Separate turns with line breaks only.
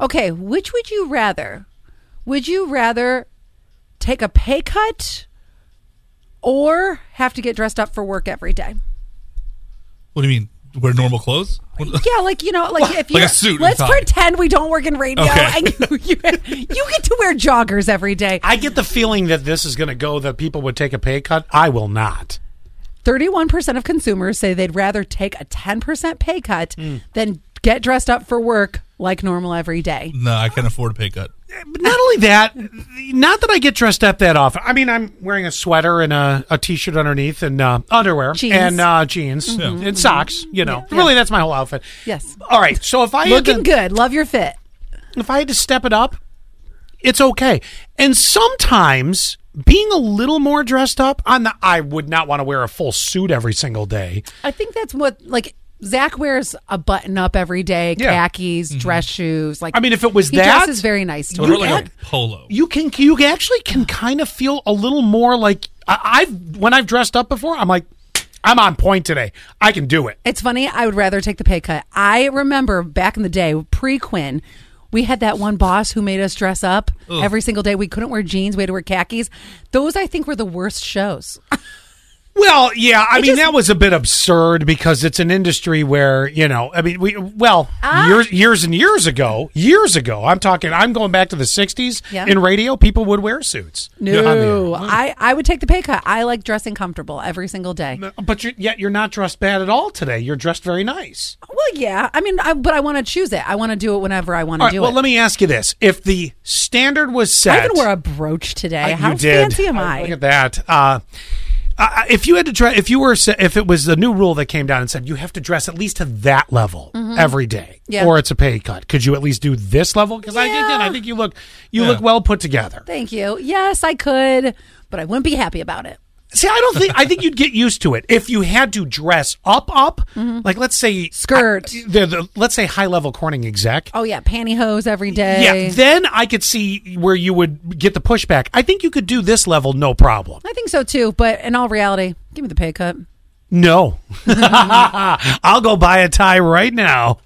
Okay, which would you rather? Would you rather take a pay cut or have to get dressed up for work every day?
What do you mean? Wear normal clothes? What-
Yeah, like you know, like if
Like
you
a suit and
let's
tie.
pretend we don't work in radio
Okay.
and you, you, you get to wear joggers every day.
I get the feeling that this is going to go that people would take a pay cut. I will not.
31% of consumers say they'd rather take a 10% pay cut
Mm.
than get dressed up for work like normal every day.
No, I can't afford a pay cut.
But not only that, not that I get dressed up that often. I mean, I'm wearing a sweater and a, a t-shirt underneath and uh, underwear
Jeans.
and uh, jeans and socks. You know, really, that's my whole outfit.
Yes.
All right. So if I had to-
Looking good. Love your fit.
if I had to step it up, it's okay. And sometimes being a little more dressed up, on the I would not want to wear a full suit every single day.
I think that's what, like, Zach wears a button up every day,
Yeah. Mm-hmm.
khakis, dress shoes. Like,
I mean, if it was
he
that-
dresses very nice.
What
You
about like
act-
a polo?
You can you actually can kind of feel a little more like I, I've when I've dressed up before, I'm like I'm on point today. I can do it.
It's funny. I would rather take the pay cut. I remember back in the day, pre Quinn, we had that one boss who made us dress up every single day. We couldn't wear jeans. We had to wear khakis. Those, I think, were the worst shows.
Well, yeah, I mean
just-
that was a bit absurd because it's an industry where you know, I mean, we well
Ah.
years, years and years ago, years ago. I'm talking, I'm going back to the '60s
Yeah.
in radio. People would wear suits. You know, on the air.
No, I, I would take the pay cut. I like dressing comfortable every single day.
But you're, yet you're not dressed bad at all today. You're dressed very nice.
Well, yeah. I mean, I, but I want to choose it. I want to do it whenever I want to
All right.
do
Well,
it.
let me ask you this: If the standard was set,
I even wore a brooch today.
I-
How
you did.
fancy am
Oh,
I?
Look at that. Uh, uh, if you had to dress, if you were, se- if it was the new rule that came down and said you have to dress at least to that level every day,
Mm-hmm. Yeah.
or it's a pay cut, could you at least do this level? Because I think that- I
Yeah.
think you look, you look well put together.
Thank you. Yes, I could, but I wouldn't be happy about it.
See, I don't think I think you'd get used to it if you had to dress up, up. Like let's say
Mm-hmm. Skirt.
I- the, the, let's say high level Corning exec.
Oh yeah, pantyhose every day.
Yeah, then I could see where you would get the pushback. I think you could do this level no problem.
I think so too. But in all reality, give me the pay cut.
No. I'll go buy a tie right now.